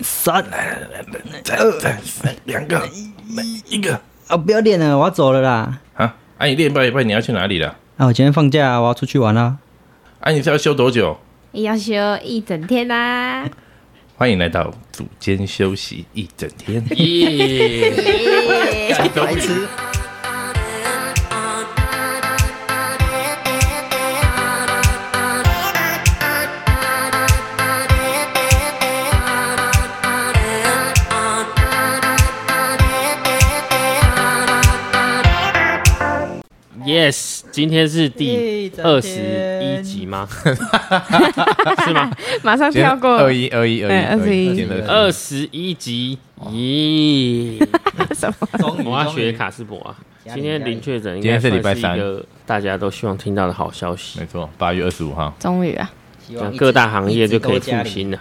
三，再二、再三、两个、一个啊，呃不要练了，我要走了啦。啊！啊，你练半一半，你要去哪里了？啊，我今天放假，我要出去玩啦。啊，你是要休多久？要休一整天啊啦、 欢迎来到组间休息一整天。 耶！白痴，Yes，今天是第二十一集 吗？是吗？马上跳过二一二一哎二十一一二十一集，咦？什么？ 终我要学卡斯伯啊！今天零确诊，今天是礼拜三一个大家都希望听到的好消息没。错，八月二十五号，终于啊，各大行业就可以复。兴了。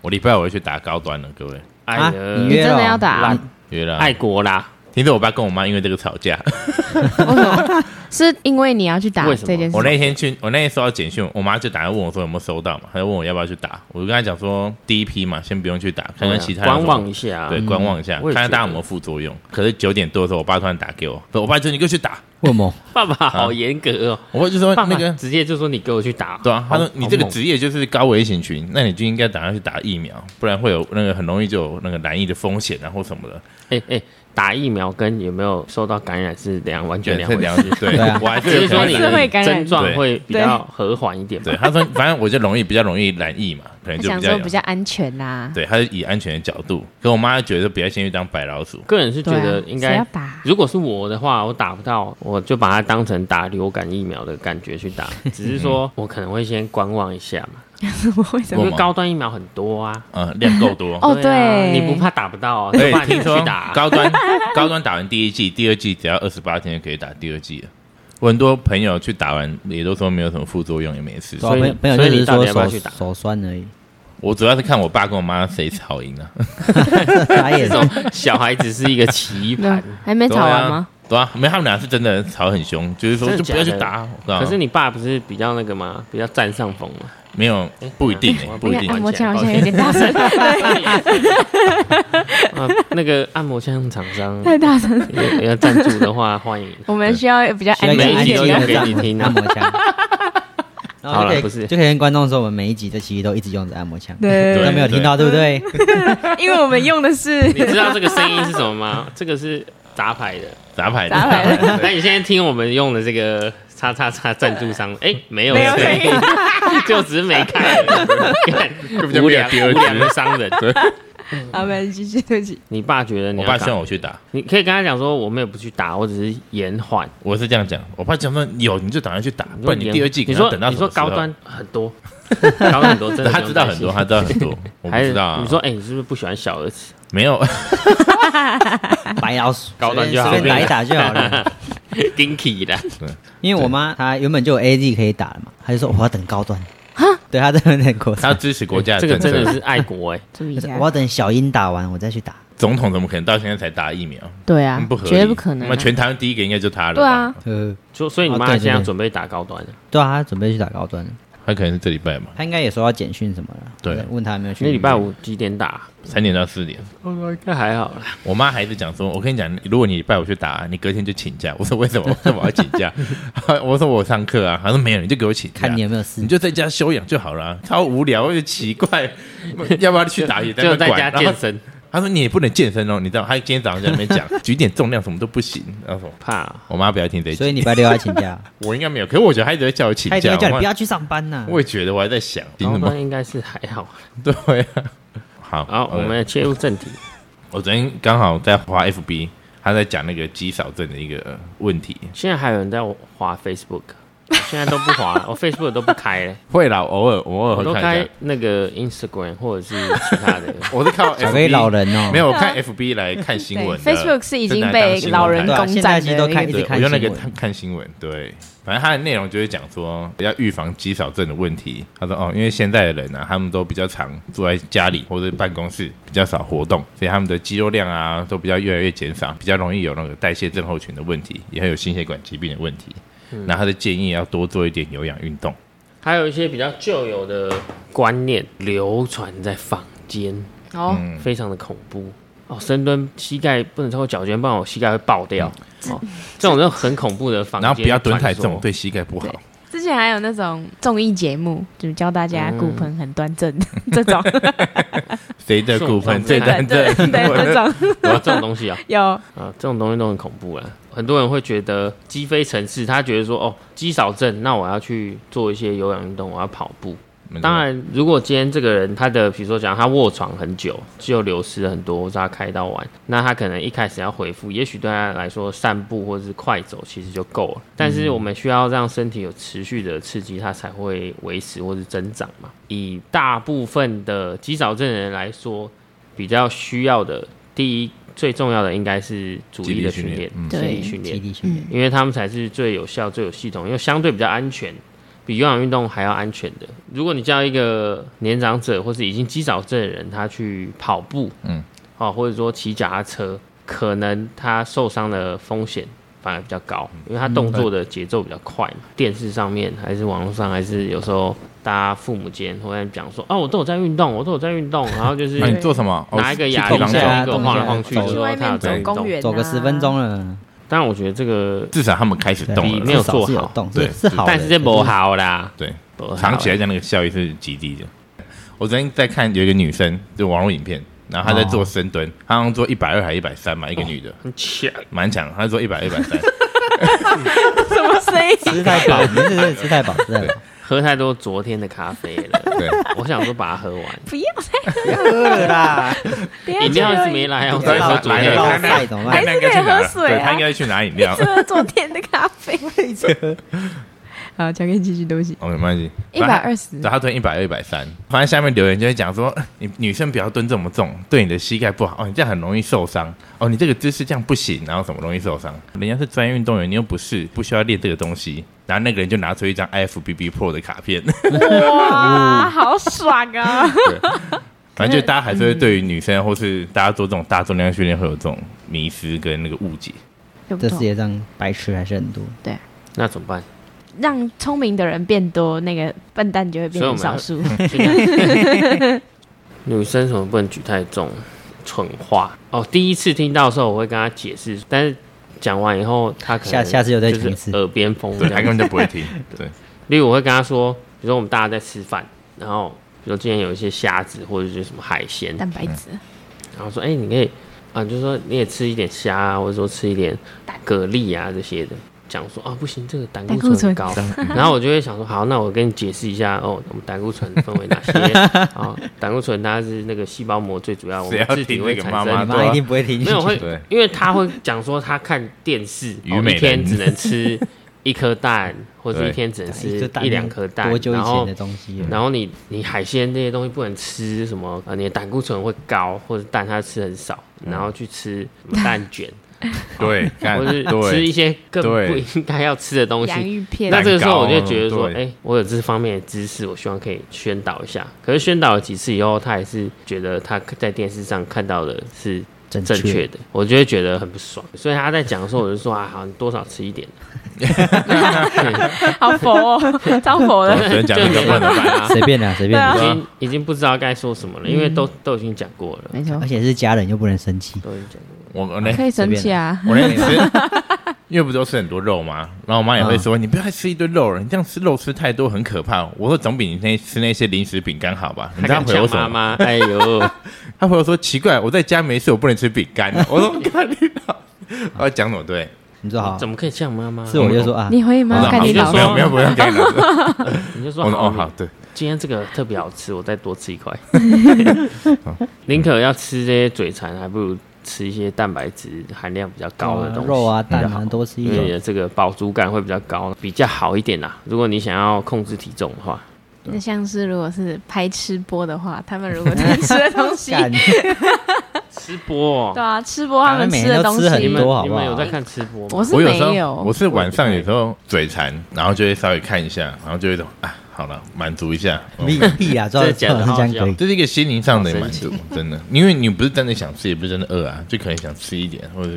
我礼拜五要去打高端了，各位哎啊你约了呀，真的要打？烂约了啊。爱国啦！听说我爸跟我妈因为这个吵架。 为什么？是因为你要去打为什么这件我事？那天去，我那天收到简讯，我妈就打来问我说有没有收到嘛，她就问我要不要去打。我就跟她讲说，第一批嘛，先不用去打，看看其他人有观什么望一下啊。对，观望一下，我也看看觉大家有得没有副作用。可是九点多的时候，我爸突然打给我，说：“我爸就你给我去打。为什么？爸爸好严格哦”，我爸就说：“爸爸啊那个，直接就说你给我去打。对啊，他说好你这个好猛职业就是高危险群，那你就应该打算去打疫苗，不然会有那个很容易就有那个染疫的风险啊或什么的。哎哎，打疫苗跟有没有受到感染是两完全两这回两事。对对啊我还是只有是说可能你还是的会感染症状会比较和缓一 点对吧。他说，反正我就容易比较容易染疫嘛，可能他就想比较说有比较安全啊啦、对，他是以安全的角度，跟我妈觉得不要先去当白老鼠。个人是觉对啊得应谁该要 打，如果是我的话，我打不到，我就把它当成打流感疫苗的感觉 去打，只是嗯说我可能会先观望一下嘛，为什我么？吗因为高端疫苗很多啊。嗯，量够多。哦，啊对，你不怕打不到啊？对就怕，你哎听说去打。 高端高端打完第一季，第二季只要二十八天就可以打第二季了。我很多朋友去打完也都说没有什么副作用，也没事。对啊所以朋友朋友就所以你是到底说要不要手去打手酸 而已，我主要是看我爸跟我妈谁吵赢啊了。打眼这种小孩子是一个棋那盘，啊 还没吵完吗？对啊？对啊，没有他们俩是真的吵很凶，就是说真就的不要去假的打。啊我告诉可你是你爸不是比较那个吗？比较占上风 吗？没有不一定欸哎不一那定个按哎。摩枪好像有点大声，啊，那个按摩枪厂 商太大声了。也要赞助的话，欢迎。我们需要比较安每静一一集点都的要给你听按啊摩枪。 然后好就啦可以不是就可以跟观众说，我们每一集的其实都一直用着按摩枪，对，都没有听到，对不对？因为我们用的是你知道这个声音是什 么吗？这个是杂牌的。打牌打牌的。那你现在听我们用的这个叉叉叉赞 助商，哎，没有没有声声音音， 就只是没看， 看比较无没有良第二无只良的商人。 好，我们继续，对不起，你爸觉得你我要爸打希望我去打，你可以跟他讲说，我们也不去打，我只是延缓。我是这样讲。我爸讲说有你就打算去打，你不说然你第二季可你能要说等到你什么说时候高，端很 多，高端很多，真的他知道很多，他知道很多，我不还知道啊。你说哎，你是不是不喜欢小 儿子？没有？白老鼠，高端随就好便随便打一打就好了。 Ginky 的，因为我妈她原本就有 AZ 可以打了嘛，她就说我要等高端，对她真的很过他要支持国家这的个政真的策。是爱国哎。注意一她说下我。要等小英打完我再去打。总统怎么可能到现在才打疫苗？对啊嗯不合，理，绝对不可能那啊。全台湾第一个应该就他了。对啊，，呃，就所以你哦啊妈对对现在对准备打高端了，嗯对啊，她准备去打高端了，他可能是这礼拜嘛，她应该也收到简讯什么了。对啊我在问她有没有去。那礼拜五几点打？三点到四点。哦应该还好啦。我妈还是讲说，我跟你讲，如果你礼拜五去打，你隔天就请假。我说为什么？我说我要请假。 我说我上课啊。她说没有，你就给我请假。看你有没有事你。就在家休养就好了啊、超无聊，我就奇怪， 要不要去打野？ 就在家管健。身，他说你也不能健身哦，你知道？他今天早上在那边讲，举点重量什么都不行。然后说怕我妈不要听这一所句，以礼拜六要请 假，我应该没有。可是我觉得她一直在叫我请她一定假，会叫你我不要去上班呐。我也觉得我还在想，凭高什么？哦端应该是还好。 对啊。好，好，我们切入正题。我昨天刚好在滑 FB，他在讲那个肌少症的一个问题。现在还有人在滑 Facebook，我现在都不滑， 我 Facebook 都不开了，会啦，偶尔偶尔我会都看一开下。那个 Instagram 或者是其他 的。我是靠小飞 FB 老人哦，没有，我看 FB 来看新闻的。对，Facebook 是已正经在当被新闻老人看对啊，攻现在占其实都的一个看一地直对，看我用那个新闻看看新闻，对，反正它的内容就是讲说要预防肌少症的问题。他说哦，因为现在的人啊，他们都比较常坐在家里或者办公室，比较少活动，所以他们的肌肉量啊都比较越来越减少，比较容易有那个代谢症候群的问题，也会有心血管疾病的问题。嗯那他的建议要多做一点有氧运动。还有一些比较旧有的观念流传在坊间，哦，嗯，非常的恐怖。哦，深蹲膝盖不能超过脚尖，不然我膝盖会爆掉。哦，这种就很恐怖的房间，嗯然后不要蹲太重， 传说，对膝盖不好。之前还有那种综艺节目，就教大家骨盆很端正、 这种，谁的骨盆最对端正？对对这种对啊这种东西啊，有啊，这种东西都很恐怖啊。很多人会觉得肌非层次，他觉得说哦，肌少症，那我要去做一些有氧运动，我要跑步。当然，如果今天这个人他的，比如说讲他卧床很久，肌肉流失了很多，或是他开刀完，那他可能一开始要恢复，也许对他来说散步或是快走其实就够了。但是我们需要让身体有持续的刺激，它才会维持或是增长嘛。以大部分的肌少症人来说，比较需要的第一最重要的应该是主力的训练、嗯肌力对训练体。力训练。因为他们才是最有效、最有系统，因为相对比较安全，比有氧运动还要安全的。如果你叫一个年长者或是已经肌少症的人，他去跑步，嗯，哦，或者说骑脚踏车，可能他受伤的风险反而比较高，嗯因为他动作的节奏比较快嘛。电视上面还是网络上，还是有时候大家父母间会在讲说，哦，我都有在运动，我都有在运动，然后 就是哎那啊你做什么？哦拿一个哑去铃跑动在哦一下那个动一晃下来晃去，走一下就是去说外他有面在走运动公。园、啊，走个十分钟了，但我觉得这个至少他们开始动比了，没有至少做是有好动，对是是好的，但是这不好啦，对，不好啦藏起来，这样那个效益是极低的。我昨天在看有一个女生，就网络影片，然后她在做深哦蹲，她好像做一百二还一百三嘛，一个女的，很强。蛮强的，她做一百一百三，什么声音？就是吃太 饱，你是是吃太饱，吃太饱。喝太多昨天的咖啡了，对，我想说把它喝完。不要再饿啦，等一下饮料就一有直没来啊，我不昨天要喝老来老昨天的咖啡。晒怎么办？那应该去还拿是可以喝水啊对她应该去拿饮料这。么昨天的咖啡。好，交给你继续，对不起。哦，没关系，一百二十对，她蹲一百二、一百三，反正下面留言就会讲说，呃你女生不要蹲这么重，对你的膝盖不好，哦，你这样很容易受伤，哦，你这个姿势这样不行，然后什么容易受伤，人家是专业运动员，你又不是，不需要练这个东西。然后那个人就拿出一张 FBB Pro 的卡片， 哇，好爽啊！反正就大家还是会对于女生或是大家做这种大重量训练会有这种迷失跟那个误解。这世界上白痴还是很多，那怎么办？让聪明的人变多，那个笨蛋就会变所以我成们要少数。女生什么不能举太重？蠢话哦！第一次听到的时候，我会跟她解释，但是讲完以后，她可能下下次又再听一就是次耳边风这对，他样根子。本就不会听。 对，例如，我会跟她说，比如说我们大家在吃饭，然后比如说今天有一些虾子或者是什么海鲜，蛋白质，然后说，哎、你可以啊，你就说你也吃一点虾啊，或者说吃一点蛤蜊啊这些的。讲说啊，不行，这个胆固醇很高。然后我就会想说，好，那我跟你解释一下哦，我们胆固醇分为哪 些啊？胆固醇它是那个细胞膜最主要，我谁们要自体听会那个产妈生妈你妈一定不会听进啊没有去。会对，因为他会讲说他看电视，虞哦美一天人只能吃一颗蛋，或者对一天只能吃就大一两颗蛋，多久以然后前的东西嗯了？然后你你海鲜这些东西不能吃什么啊，你的胆固醇会高，或者蛋它吃很少，嗯然后去吃什么蛋 卷，对，或看者是吃对一些更不对应该要吃的东洋西。芋片那，这个时候我就会蛋糕嗯觉得说，哎、对我有这方面的知识，我希望可以宣导一下。可是宣导了几次以后，他还是觉得他在电视上看到的是正正确确，嗯的，我就会觉得很不爽。所以他在讲的时候，我就说啊，好，你多少吃 一点，好佛哦，超佛我的。只能讲那个 不能怎么办？ 啊，随便啦，随便啦已对。啊经已经不知道该说什么了，因为都都已经讲过了，没错而，且是家人又不能生气，都已经讲过了。我我那可以生气啊！我那吃，因为不都吃很多肉吗？然后我妈也会嗯说，你不要再吃一堆肉了，你这样吃肉吃太多很可怕。我说总比你那吃那些零食饼干好吧？你他这样敢回我呛什妈么？ 妈，哎呦，啊她回我说奇怪，我在家没事，我不能吃饼 干。我说我看你老，我要讲什么对？你说好，怎么可以呛妈妈？是我就说啊，你回我吗？说看好你老没有没有不用给你老师。 你就说我说好哦好，，对，今天这个特别好吃，我再多吃 一块。宁可要吃这些嘴馋，还不如吃一些蛋白质含量比较高的东西，肉啊蛋比较啊好多吃一因为你点，的这个饱足感会比较高，比较好一点啦。如果你想要控制体重的话，那像是如果是拍吃播的话，他们如果 在吃的东西， 干对吃播、哦，啊，吃播他们吃的东他们每天都吃很你西，们多好你不好们有在看吃播吗？我是我有没时候我有，是晚上有时候嘴馋，然后就会稍微看一下，然后就会说啊，好了，满足一下。嗯屁屁 啊，照真的照假的这样可以。这是一个心灵上的好满神奇足，真的，因为你不是真的想吃，也不是真的饿啊，就可能想吃一点，或者是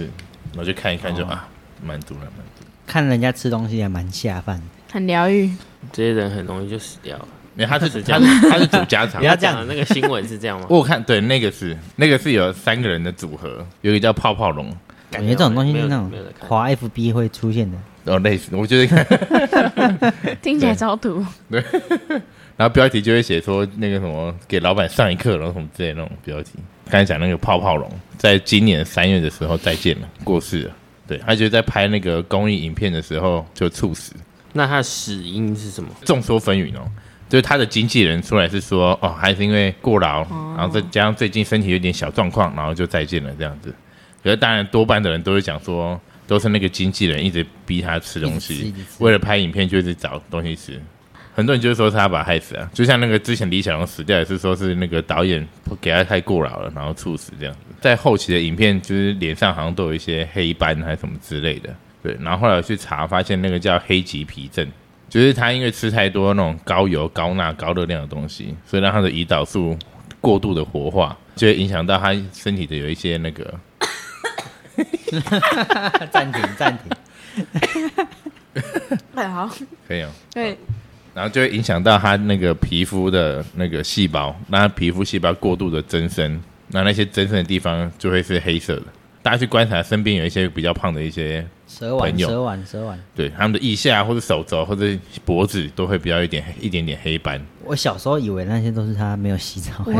然后就看一看就、啊，满足了，满足。看人家吃东西还蛮下饭，很疗愈。这些人很容易就死掉了。没有他是是这他样是他是煮家常？不。要这样讲的那个新闻是这样吗 我有看对那个是那个是有三个人的组合，有一个叫泡泡龙，感觉这种东西没是有那种没有在看滑 FB 会出 现的，哦类似，我觉得 看，听起来超土。然后标题就会写说那个什么给老板上一课，然后什么之类的那种标题。刚才讲那个泡泡龙，在今年三月的时候再见了，过世了。对，他就是在拍那个公益影片的时候就猝死，那它的死因是什么？众说纷纭哦。就是他的经纪人出来是说，哦，还是因为过劳，哦然后再加上最近身体有点小状况，然后就再见了这样子。可是当然，多半的人都会讲说，都是那个经纪人一直逼他吃东一直吃一西直，吃为了拍影片就一直找东西吃。很多人就是说是他把他害死啊，就像那个之前李小龙死掉也是说是那个导演给他太过劳了，然后猝死这样子。在后期的影片，就是脸上好像都有一些黑斑还是什么之类的。对，然后后来我去查，发现那个叫黑棘皮症，就是他因为吃太多那种高油、高钠、高热量的东西，所以让他的胰岛素过度的活化，就会影响到他身体的有一些那个暂停暂停， 哎好，可以哦， 对，然后就会影响到他那个皮肤的那个细胞，那他皮肤细胞过度的增生，那那些增生的地方就会是黑色的。大家去观察身边有一些比较胖的一些，蛇丸朋友蛇丸蛇丸。对他们的腋下或者手肘或者脖子都会比较一点一点点黑斑。我小时候以为那些都是他没有洗澡，我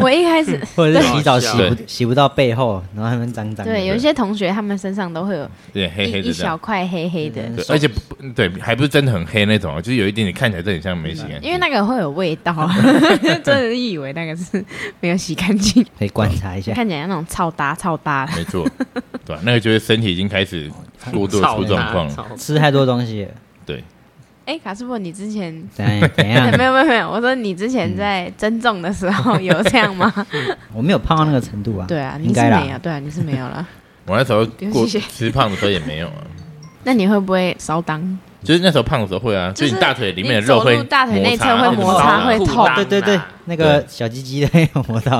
我一开始 或者是洗澡对洗不洗不到背后，然后他们脏脏的。对有一些同学他们身上都会有有点黑黑一的一这小样，嗯块黑黑的，对，而且不不对，还不是真的很黑那种哦，就是有一点点看起来真的很像没洗干净。 因为那个会有味道，真的是以为那个是 没有洗干净，可以观察一下，看起来像那种超搭超搭的。没错，对吧、那个就是身体已经开始过度的出状 况了。操吃太多东西了，对，哎，卡师傅，你之前怎样怎哎 没样？有没有没有，我说你之前在增重的时候有这样吗？我没有胖到那个程度啊。对啊，你应是该没有，啦。对啊，你是没有了。我那时候过丢弃吃胖的时候也没有啊，那你会不会烧裆？就是那时候胖的时候会啊，就就是是你大腿里面的肉你会走路大腿内侧会摩摩擦会裤痛裆啊对对对，那个小鸡鸡的 有磨 到，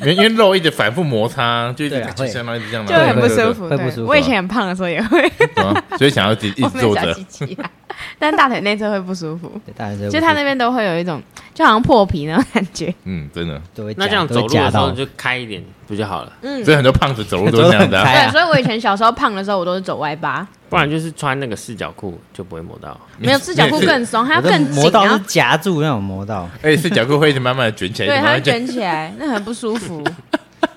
因为因为肉一直反复摩擦，就一直对啊会相当于这样，就很不舒服服。会不对舒服我以前很胖的时候也会，， 对所以想要自己一我直没坐有小着鸡，鸡啊， 但大腿内侧会不舒服，对大家都就他那边都会有一种就好像破皮那种感觉。嗯，真的，都会夹那这样都走会路的夹时候到，就开一点不就好了？嗯所以很多胖子走路都是这样的走路很啊，嗯开对，所以我以前小时候胖的时候，我都是走外八，不然就是穿那个四角裤就不会磨到。你没有四角裤你也是更松，它我要都更紧，啊磨到然后是夹住那种磨到，而且四角裤会一直慢慢的卷起来，对一直它慢会慢卷卷起来，那很不舒服。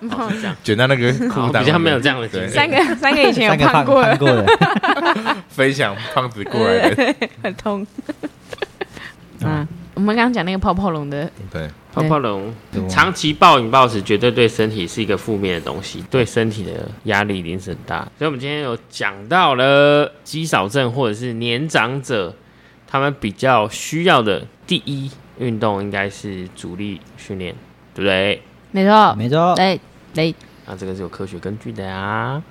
然后卷到那个裤我裆，哦比较没有这样的经对验。三个三 个以前三有个胖胖过胖了，过 的。分享胖子过来的，很痛。 嗯，我们刚刚讲那个泡泡龙的，对，泡泡龙对吗长期暴饮暴食，绝对对身体是一个负面的东西，对身体的压力一定是很大。所以，我们今天有讲到了肌少症或者是年长者，他们比较需要的第一运动应该是阻力训练，对不对？没错，没错，哎对对，那这个是有科学根据的啊。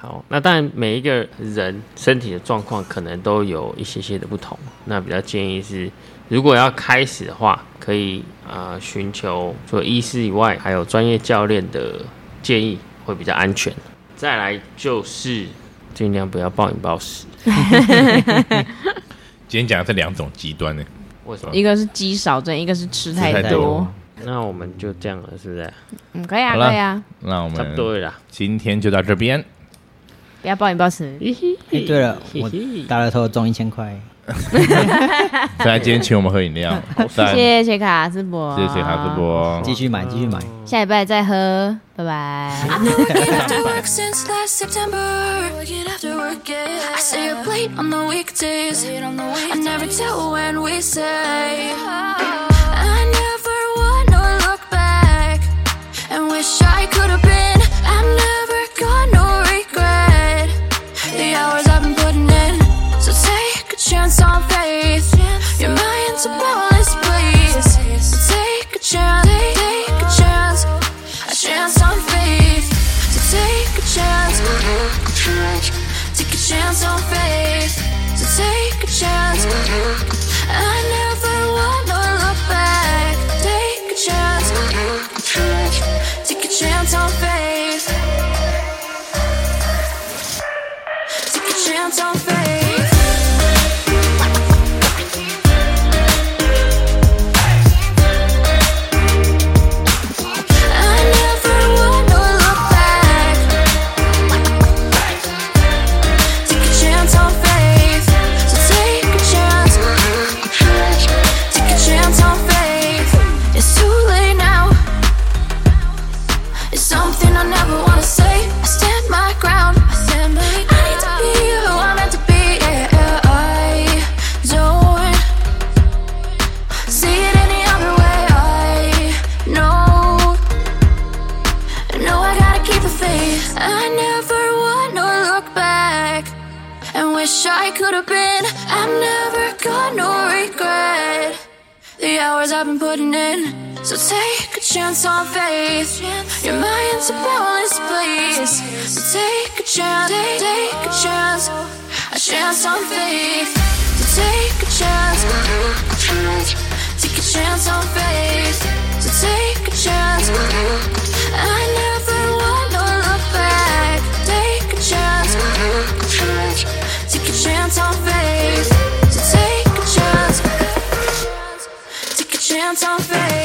好，那当然每一个人身体的状况可能都有一些些的不同，那比较建议是，如果要开始的话，可以啊寻、求除了医师以外，还有专业教练的建议会比较安全。再来就是尽量不要暴饮暴食，今天讲的是两种极端呢，为什么？一个是肌少症，一个是吃吃太太多多。那我们就这样了，是不是？嗯，可以啊，好了可以啊，那我差不们多了啦。今天就到这边，不要暴饮暴食。嘿嘿哎，对了，我嘿嘿大乐透中一千块， 虽然今天请我们喝饮 料，但谢谢卡斯伯，谢谢哈斯，伯，继续买，继续买。下礼拜再喝，拜拜。 after work since last September. Working after work, yeah. I stay up late on the weekdays. I never tell when we say. I never wanna look back and wish I could have been. I never got no regret. The hours I've been putting in. So take a chance on faith. Your mind's a ballast, please. So take a chance. Take a chance. A chance on faith. So take a chance. Take a chance on faith. So take a chance. I never wanna look back. Take a chance. Take a chance on faith. Take a chance on faith. could have been. I'm never gonna regret the hours I've been putting in. So take a chance on faith. Your mind's a boundless place. So take a chance, take, take a chance, a chance on faith. So take a chance, take a chance on faith. So take a chance. I never wanna look back. Take a chance, take a chance on faith. So take a chance. Take a chance on faith.